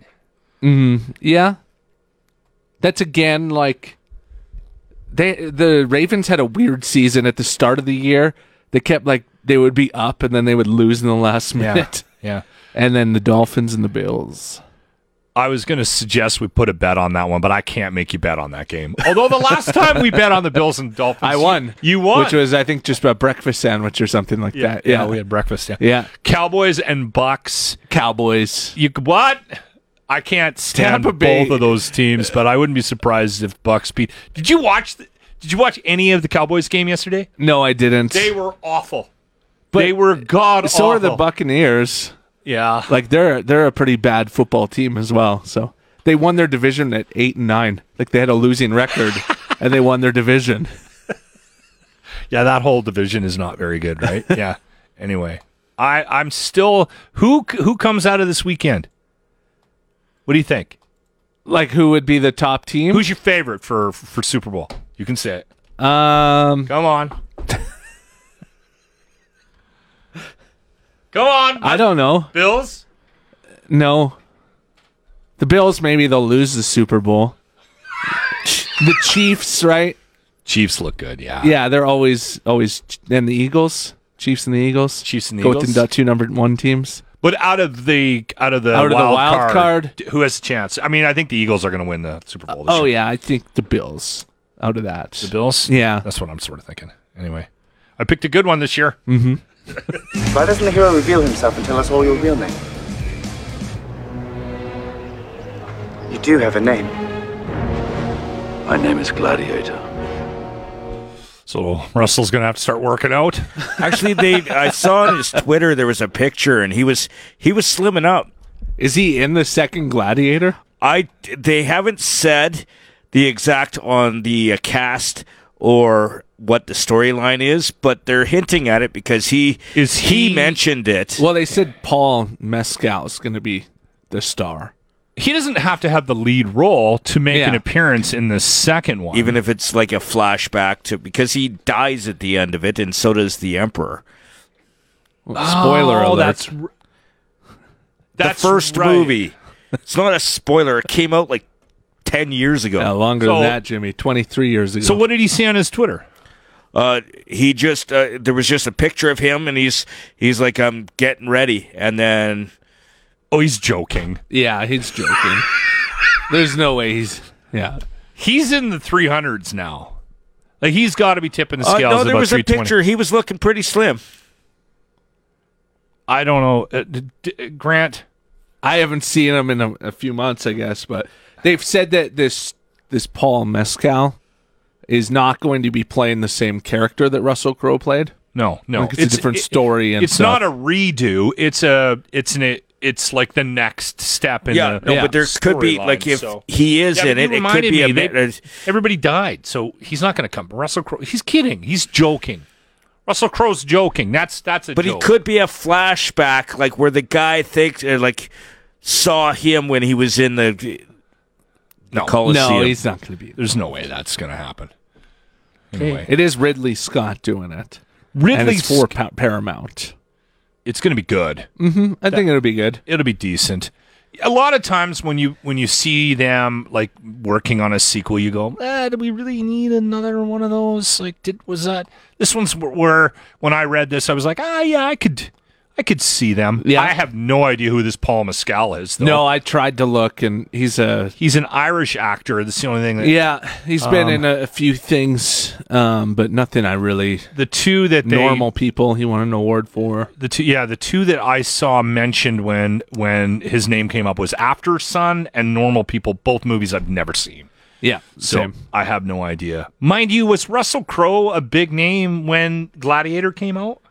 Mm, yeah. That's again like they the Ravens had a weird season at the start of the year. They kept like they would be up and then they would lose in the last minute.
Yeah.
And then the Dolphins and the Bills.
I was going to suggest we put a bet on that one, but I can't make you bet on that game. Although the last time we bet on the Bills and Dolphins,
I won.
You won.
Which was I think just a breakfast sandwich or something like
yeah,
that.
yeah,
Yeah.
we had breakfast. Yeah.
Yeah.
Cowboys and Bucks.
Cowboys.
You what? I can't stand
Tampa Bay.
both of those teams, but I wouldn't be surprised if Bucks beat. Did you watch? The, did you watch any of the Cowboys game yesterday?
No, I didn't.
They were awful.
But-
they were god.
so are the
awful.
Buccaneers.
Yeah.
Like they're they're a pretty bad football team as well. So they won their division at eight and nine. Like they had a losing record and they won their division.
Yeah, that whole division is not very good, right? yeah. Anyway, I I'm still who who comes out of this weekend? What do you think?
Like who would be the top team?
Who's your favorite for for Super Bowl? You can say it.
um,
Come on. Come on,
I don't know.
Bills.
No, the Bills maybe they'll lose the Super Bowl. the Chiefs, right?
Chiefs look good, yeah.
Yeah, they're always always and the Eagles, Chiefs and the Eagles,
Chiefs and the
Go
Eagles?
with the two number one teams.
But out of the out of the
Out of the
wild
wild card.
d- who has a chance? I mean, I think the Eagles are going to win the Super Bowl. This
Oh
year.
yeah, I think the Bills. Out of that,
the Bills.
Yeah.
that's what I'm sort of thinking. Anyway, I picked a good one this year.
Why doesn't the hero reveal himself and tell us all your real name? You do have a name.
My name is Gladiator.
So Russell's going to have to start working out.
Actually, they I saw on his Twitter there was a picture, and he was he was slimming up.
is he in the second Gladiator?
I they haven't said the exact on the uh, cast or what the storyline is, but they're hinting at it because he
Is he-
mentioned it.
Well, they said Paul Mescal's going to be the star.
He doesn't have to have the lead role to make an
Yeah.
appearance in the second one.
even if it's like a flashback to because he dies at the end of it, and so does the emperor.
Spoiler
oh,
alert!
that's r- that's
the first
right.
movie. It's not a spoiler. It came out like ten years ago.
Yeah, longer
So-
than that, Jimmy. Twenty three years ago.
So what did he say on his Twitter?
Uh, he just uh, there was just a picture of him, and he's he's like I'm getting ready, and then
Oh, he's joking.
Yeah, he's joking. There's no way he's. Yeah.
He's in the 300s now. Like he's got to be tipping the
uh,
scales.
no,
at
there
about
was a
320.
picture. He was looking pretty slim.
I don't know, uh, d- d- Grant.
I haven't seen him in a, a few months, I guess, but they've said that this this Paul Mescal is not going to be playing the same character that Russell Crowe played.
No, no,
Like, it's a different
it-
story and
it's
stuff.
not a redo. It's a it's an it's like the next step in
Yeah,
the
no, but there could be
storyline,
like if
so.
he is
Yeah,
in
but
it,
you
it could
reminded
be a uh,
me,
bit.
they- everybody died, so he's not going to come. Russell Crowe, he's kidding. He's joking.
Russell Crowe's joking. That's that's a
But
joke.
it could be a flashback, like where the guy thinks,
uh,
or like saw him when he was in the, the
No.
Coliseum.
No, he's not going to be.
There's no way that's going to happen.
Anyway. It is Ridley Scott doing it. and
Ridley
it's for pa- Paramount.
It's going to be good.
Mm-hmm. I think it'll be good.
It'll be decent. A lot of times when you when you see them like working on a sequel, you go, Uh, do we really need another one of those? Like, did was that this one's where, where when I read this, I was like, ah, yeah, I could, I could see them. Yeah. I have no idea who this Paul Mescal is. Though.
No, I tried to look, and he's a
he's an Irish actor. That's the only thing. That,
Yeah, he's been
Um,
in a, a few things, um, but nothing I really.
The two that they-
normal people he won an award for.
The two, yeah, the two that I saw mentioned when when his name came up was After Sun and Normal People. Both movies I've never seen.
Yeah,
So
same.
I have no idea. Mind you, was Russell Crowe a big name when Gladiator came out?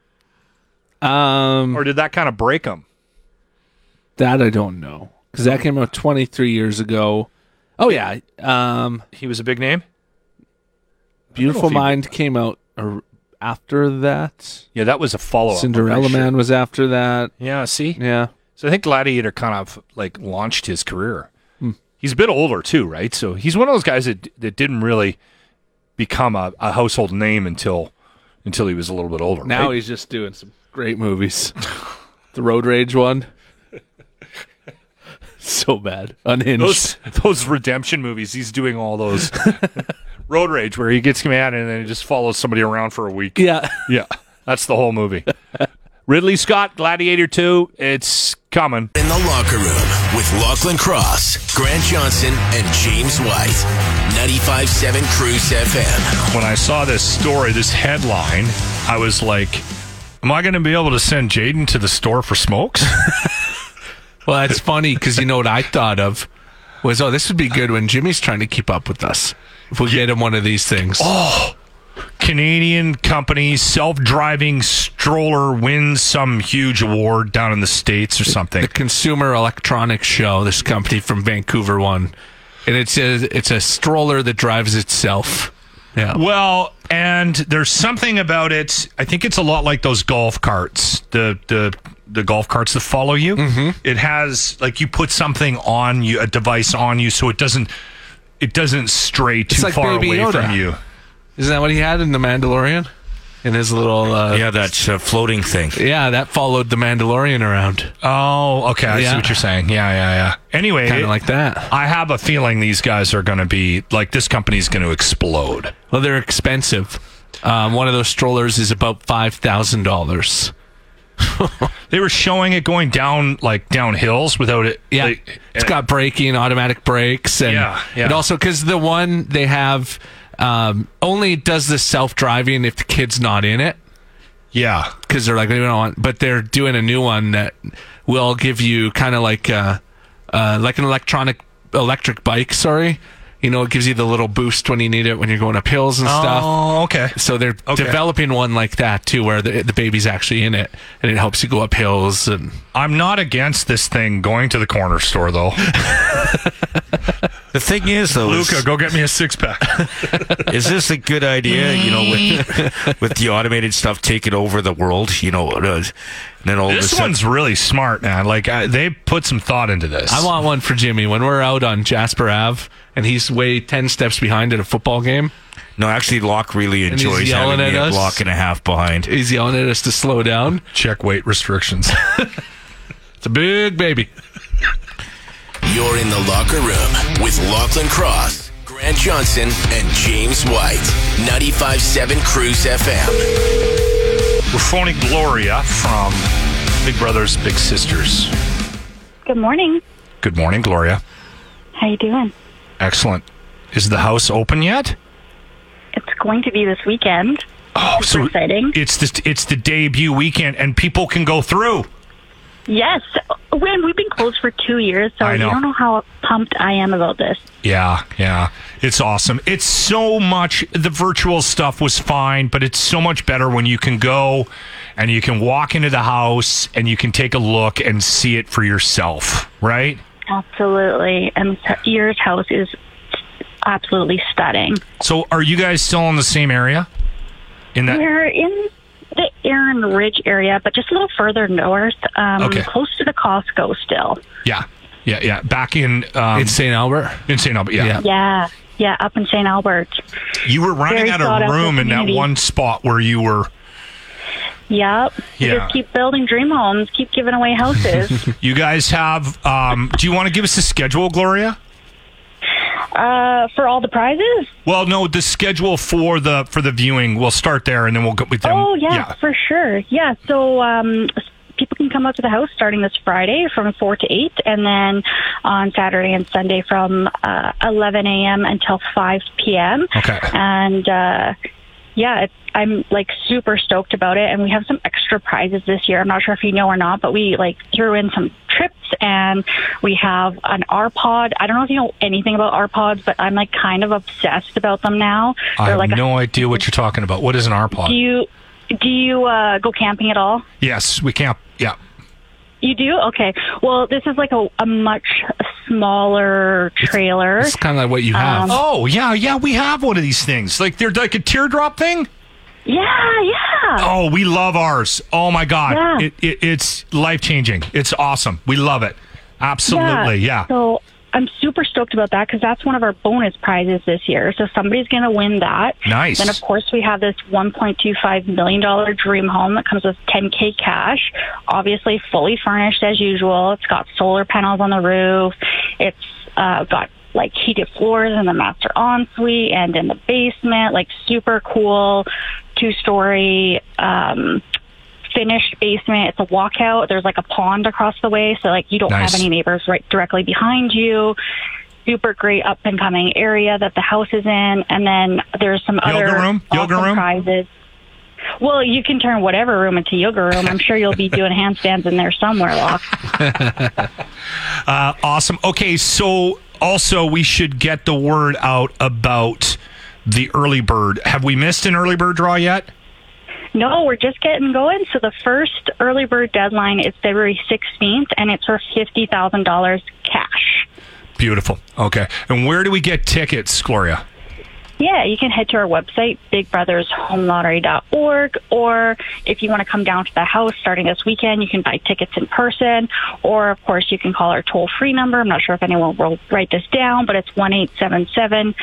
Um,
or did that kind of break him?
That I don't know because that came out 23 years ago. Oh yeah, um,
he was a big name.
Beautiful
he-
Mind came out ar- after that.
Yeah, that was a follow up.
Cinderella Man was after that.
Yeah, see?
Yeah.
So I think Gladiator kind of like launched his career.
Hmm.
He's a bit older too, right? So he's one of those guys that that didn't really become a, a household name until until he was a little bit older.
Now
right?
he's just doing some great movies. the Road Rage one. so bad. Unhinged.
those, those redemption movies. He's doing all those road rage where he gets mad and then he just follows somebody around for a week.
Yeah,
yeah, that's the whole movie. Ridley Scott, Gladiator Two. It's coming.
In the locker room with Lachlan Cross, Grant Johnson, and James White. 95.7 Cruise FM.
When I saw this story, this headline, I was like, "Am I going to be able to send Jaden to the store for smokes?"
Well, that's funny because you know what I thought of was, oh, this would be good when Jimmy's trying to keep up with us. If we get him one of these things.
Oh, Canadian company self-driving stroller wins some huge award down in the states or something.
The Consumer Electronics Show. This company from Vancouver won, and it's a it's a stroller that drives itself. Yeah.
Well, and there's something about it. I think it's a lot like those golf carts, the the the golf carts that follow you. It has like you put something on you, a device on you, so it doesn't it doesn't stray
It's
too
like
far
Baby
away
Yoda.
from you.
Isn't that what he had in the Mandalorian? In his little uh,
yeah, that uh, floating thing.
Yeah, that followed the Mandalorian around.
Oh, okay, I see what you're saying. Yeah, yeah, yeah. Anyway,
Kinda like that.
I have a feeling these guys are going to be like this company's going to explode.
Well, they're expensive. Um, one of those strollers is about five thousand dollars.
They were showing it going down like down hills without it.
Yeah, it's got braking, automatic brakes, and
Yeah, yeah.
and also because the one they have um, only does the self driving if the kid's not in it.
Yeah,
because they're like they don't want, but they're doing a new one that will give you kind of like uh, uh, like an electronic electric bike. Sorry, you know, it gives you the little boost when you need it when you're going up hills and stuff.
Oh, okay.
So they're developing one like that too, where the, the baby's actually in it and it helps you go up hills and.
I'm not against this thing going to the corner store though.
The thing is, though, is-
Luca, go get me a six pack.
is this a good idea? You know, with, with the automated stuff taking over the world, you know, uh, and then all of a
This
sudden,
one's really smart, man. Like I, they put some thought into this.
I want one for Jimmy when we're out on Jasper Ave and he's way 10 steps behind at a football game.
no, actually, Locke really
And he's
enjoys
yelling
having me
at
a
us?
block and a half behind.
He's yelling at us to slow down.
Check weight restrictions.
it's a big baby.
You're in the locker room with Lachlan Cross, Grant Johnson, and James White. 95.7 Cruise FM.
We're phoning Gloria from Big Brothers Big Sisters.
Good morning.
Good morning, Gloria.
How you doing?
Excellent. Is the house open yet?
It's going to be this weekend.
Oh, so exciting! It's the it's the debut weekend, and people can go through.
Yes, when we've been closed for two years, so
I
I,
know.
don't know how pumped I am about this.
Yeah, yeah. It's awesome. It's so much the virtual stuff was fine, but it's so much better when you can go and you can walk into the house and you can take a look and see it for yourself, right?
Absolutely, and your house is absolutely stunning.
So are you guys still in the same area? In that
We're in the Erin Ridge area, but just a little further north, um,
Okay.
close to the Costco still.
Yeah, yeah, yeah. Back in um, in St. Albert. In St. Albert, yeah.
Yeah, yeah, up in St. Albert.
You were
Very
running out
sought
of
after
room in that
community.
one spot where you were.
Yep. We
Yeah.
Just keep building dream homes, keep giving away houses.
You guys have. Um, do you want to give us the schedule, Gloria?
uh, for all the prizes?
Well, no, the schedule for the for the viewing. We'll start there, and then we'll go with them.
Oh yeah, for sure. Yeah, so um, s- people can come out to the house starting this Friday from four to eight, and then on Saturday and Sunday from uh, eleven a.m. until five p.m.
Okay.
And uh, yeah, it, I'm like super stoked about it, and we have some extra prizes this year. I'm not sure if you know or not, but we like threw in some trips. And we have an R pod. I don't know if you know anything about R pods, but I'm like kind of obsessed about them now.
I
They're
have
like a
no idea what you're talking about. What is an
do
RPod?
you do you uh, go camping at all?
Yes, we can't. Yeah.
You do? Okay. Well, this is like a, a much smaller trailer.
It's kind of like what you
have. Um,
oh yeah, yeah. We have one of these things. Like they're like a teardrop thing.
Yeah, yeah.
Oh, we love ours. Oh my god,
Yeah.
it, it, it's life changing. It's awesome. We love it. Absolutely. Yeah.
So I'm super stoked about that because that's one of our bonus prizes this year. So somebody's going to win that.
Nice.
Then of course we have this 1.25 million dollar dream home that comes with 10k cash. Obviously fully furnished as usual. It's got solar panels on the roof. It's uh, got like heated floors in the master ensuite and in the basement. Like super cool two story. Um, finished basement. It's a walkout. There's like a pond across the way, so like you don't
Nice.
have any neighbors right directly behind you. Super great up and coming area that the house is in, and then there's some
Yoga
other
room? Yoga
awesome
room?
prizes. Well, you can turn whatever room into yoga room. I'm sure you'll be doing handstands in there somewhere, Locke.
uh, awesome. Okay, so also we should get the word out about the early bird. Have we missed an early bird draw yet?
No, we're just getting going. So the first early bird deadline is February 16th, and it's for fifty thousand dollars cash.
Beautiful. Okay. And where do we get tickets, Gloria?
Yeah, you can head to our website, bigbrothershomelottery.org, or if you want to come down to the house starting this weekend, you can buy tickets in person, or of course you can call our toll free number. I'm not sure if anyone will write this down, but it's one eight seven seven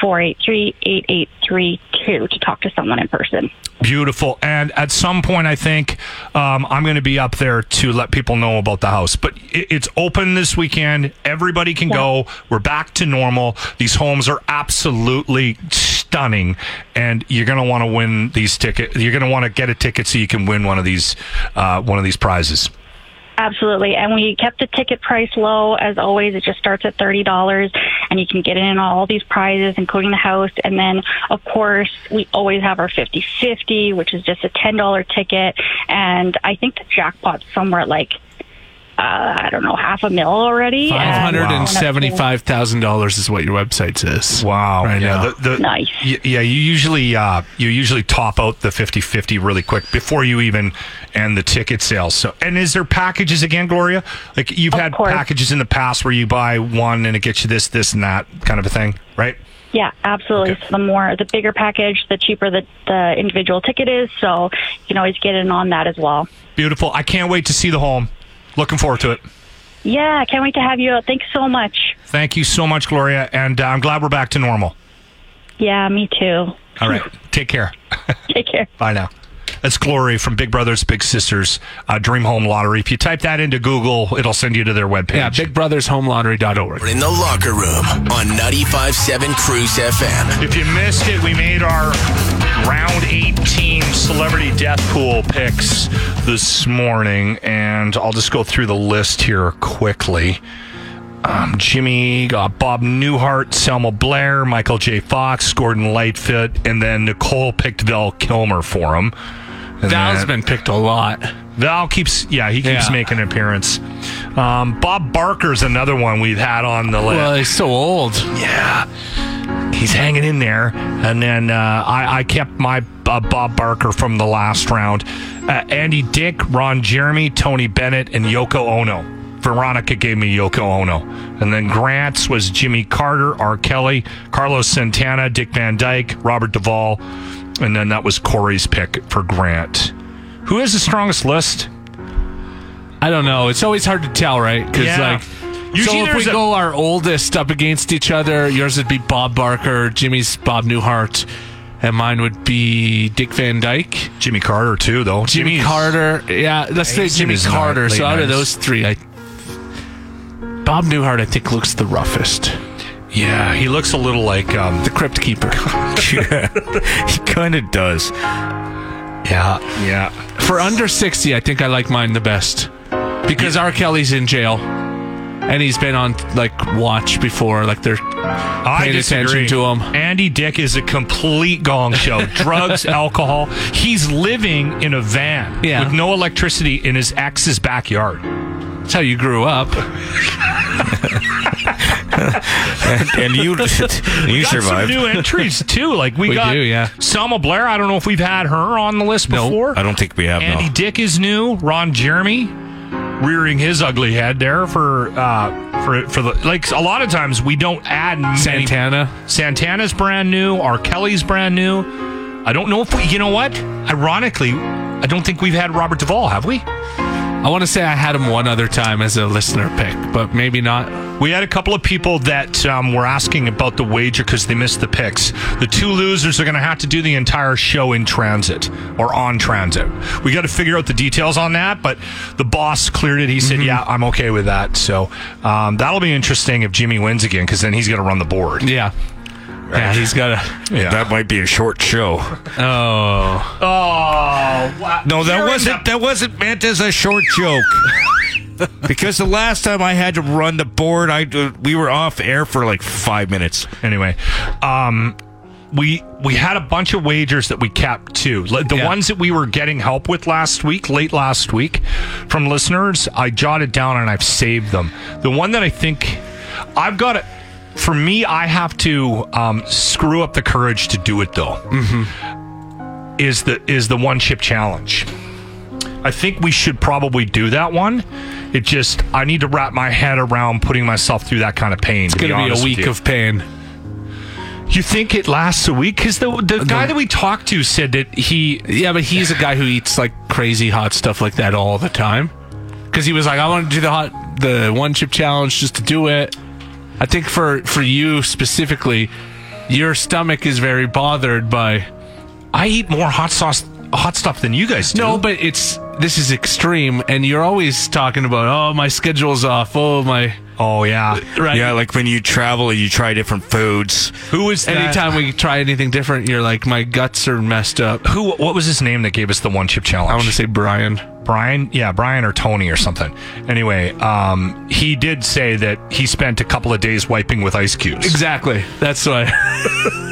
four eight three eight eight three two to talk to someone in person.
Beautiful. And at some point, I think um, I'm going to be up there to let people know about the house. But it, it's open this weekend. Everybody can go. We're back to normal. These homes are absolutely stunning, and you're going to want to win these tickets. You're going to want to get a ticket so you can win one of these uh, one of these prizes.
Absolutely. And we kept the ticket price low. As always, it just starts at $30 and you can get in all these prizes, including the house. And then, of course, we always have our 50-50, which is just a $10 ticket. And I think the jackpot's somewhere at like, uh, I don't know, half a mil already.
Five
And-
hundred and seventy-five thousand dollars is what your website says.
Wow.
Right
yeah,
now.
The, the, nice. yeah, you usually uh, you usually top out the 50-50 really quick before you even end the ticket sales. So, and is there packages again, Gloria? Like you've had packages in the past where you buy one and it gets you this, this, and that kind of a thing, right?
Yeah, absolutely. So the more, the bigger package, the cheaper the, the individual ticket is. So you can always get in on that as well.
Beautiful. I can't wait to see the home. Looking forward to it.
Yeah, can't wait to have you out. Thanks so much.
Thank you so much, Gloria, and uh, I'm glad we're back to normal.
Yeah, me too.
All right, take care.
Take care.
Bye now. That's Glory from Big Brothers Big Sisters uh, Dream Home Lottery. If you type that into Google, it'll send you to their webpage. Yeah, bigbrothershomelottery.org.
We're in the locker room on 95.7 Cruise FM.
If you missed it, we made our round 18 celebrity death pool picks this morning, and I'll just go through the list here quickly. Um, Jimmy got Bob Newhart, Selma Blair, Michael J. Fox, Gordon Lightfoot, and then Nicole picked Val Kilmer for him. Val's been picked a lot. Val keeps, yeah, he keeps
Yeah.
making an appearance. Um, Bob Barker's another one we've had on the list.
Well, he's so old.
Yeah. He's hanging in there. And then uh, I, I kept my uh, Bob Barker from the last round. Uh, Andy Dick, Ron Jeremy, Tony Bennett, and Yoko Ono. Veronica gave me Yoko Ono. And then Grant's was Jimmy Carter, R. Kelly, Carlos Santana, Dick Van Dyke, Robert Duvall, and then that was Corey's pick for Grant. Who has the strongest list?
I don't know. It's always hard to tell, right? Because
Yeah.
like,
Usually
so if we
there's a-
go our oldest up against each other, yours would be Bob Barker, Jimmy's Bob Newhart, and mine would be Dick Van Dyke,
Jimmy Carter too, though.
Jimmy
Jimmy's-
Carter. Yeah, let's
Yeah,
say
he's
Jimmy
in his night-
Carter.
late
So out of
nights.
those three, I Bob Newhart, I think looks the roughest.
Yeah, he looks a little like um,
the Crypt Keeper.
he kind of does.
Yeah,
yeah.
For under sixty, I think I like mine the best because R. Kelly's in jail, and he's been on like watch before, like they're
I
paying
disagree.
attention to him.
Andy Dick is a complete gong show. Drugs, alcohol. He's living in a van
Yeah.
with no electricity in his ex's backyard.
That's how you grew up.
and, and you,
We
you
got
survived.
Some new entries too. Like we,
We
got
do, yeah.
Selma Blair. I don't know if we've had her on the list before.
I don't think we have.
Andy
no.
Dick is new. Ron Jeremy rearing his ugly head there for uh, for for the like. A lot of times we don't add many-
Santana.
Santana's brand new. R. Kelly's brand new. I don't know if we. You know what? Ironically, I don't think we've had Robert Duvall, have we?
I want to say I had him one other time as a listener pick, but maybe not.
We had a couple of people that um, were asking about the wager because they missed the picks. The two losers are going to have to do the entire show in transit or on transit. We got to figure out the details on that, but the boss cleared it. He said,
Mm-hmm.
"Yeah, I'm okay with that." So um, that'll be interesting if Jimmy wins again because then he's going to run the board.
Yeah, yeah, he's got a.
Yeah.
That might be a short show.
Oh,
Oh, wow.
No, that wasn't. That wasn't meant as a short joke. because the last time I had to run the board, I uh, we were off air for like five minutes.
Anyway, um, we we had a bunch of wagers that we kept too. Like, The ones that we were getting help with last week, late last week, from listeners, I jotted down and I've saved them. The one that I think I've got to, for me, I have to um, screw up the courage to do it though.
Mm-hmm.
Is the is the one chip challenge? I think we should probably do that one. It just I need to wrap my head around putting myself through that kind of pain.
it's
to
gonna be
honest
a
with
week
you.
of pain.
You think it lasts a week? Because the, the
Uh,
guy that we talked to said that he.
Yeah, but he's a guy who eats like crazy hot stuff like that all the time. Because he was like, I want to do the hot, the one chip challenge just to do it. I think for for you specifically, your stomach is very bothered by.
I eat more hot sauce, hot stuff than you guys do.
No, but it's this is extreme, and you're always talking about, oh, my schedule's off. Oh, my.
Oh yeah,
Right.
Yeah, like when you travel and you try different foods.
Who was that?
Anytime we try anything different, you're like, my guts are messed up.
Who? What was his name that gave us the one chip challenge?
I want to say Brian.
Brian, yeah, Brian or Tony or something. Anyway, um, he did say that he spent a couple of days wiping with ice cubes.
Exactly. That's why.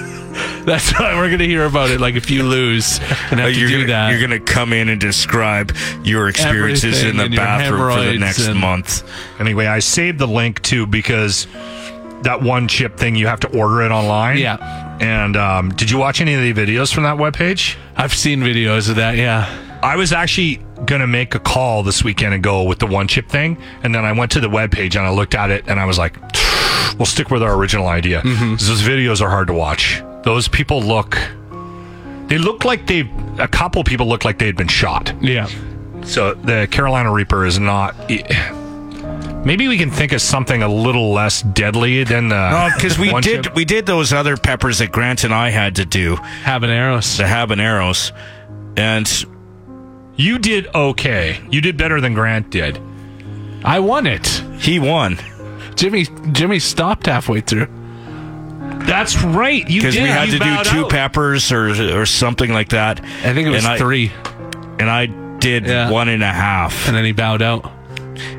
That's why we're gonna hear about it. Like if you lose and have
Uh,
to
you're
do
gonna,
that,
You're gonna come in and describe your experiences
Everything
in
and
the
your
bathroom for the
hemorrhoids
next
and-
month.
Anyway, I saved the link too because that one chip thing you have to order it online.
Yeah.
And um, did you watch any of the videos from that webpage?
I've seen videos of that. Yeah,
I was actually gonna make a call this weekend and go with the one chip thing, and then I went to the webpage and I looked at it and I was like, "We'll stick with our original idea."
Mm-hmm.
'Cause Those videos are hard to watch. Those people look. They look like they. A couple people look like they had been shot.
yeah.
So the Carolina Reaper is not. e, Maybe we can think of something a little less deadly than the.
because Uh, we
one
did
chip.
we did those other peppers that Grant and I had to do
Habaneros.
the habaneros, and
You did okay. You did better than Grant did.
I won it.
he won
Jimmy Jimmy stopped halfway through.
That's right. You
because
did.
we had
You
to
bowed
do two
out.
peppers or or something like that.
I think it was
and I,
three,
and I did
Yeah.
one and a half,
and then he bowed out.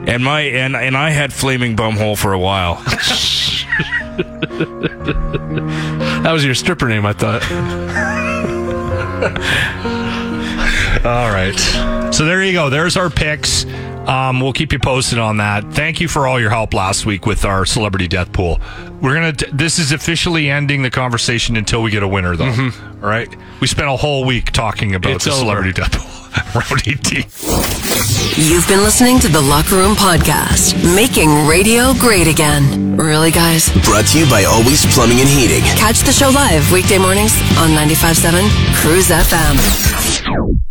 and my and and I had flaming bumhole for a while.
That was your stripper name, I thought.
All right. So there you go. There's our picks. Um, we'll keep you posted on that. Thank you for all your help last week with our celebrity death pool. We're gonna. T- this is officially ending the conversation until we get a winner, though. All right. We spent a whole week talking about
Mm-hmm. It's
the
over.
celebrity death pool. Rowdy D.
You've been listening to the Locker Room Podcast, making radio great again. Really, guys?
Brought to you by Always Plumbing and Heating.
Catch the show live weekday mornings on 95.7 Cruise FM.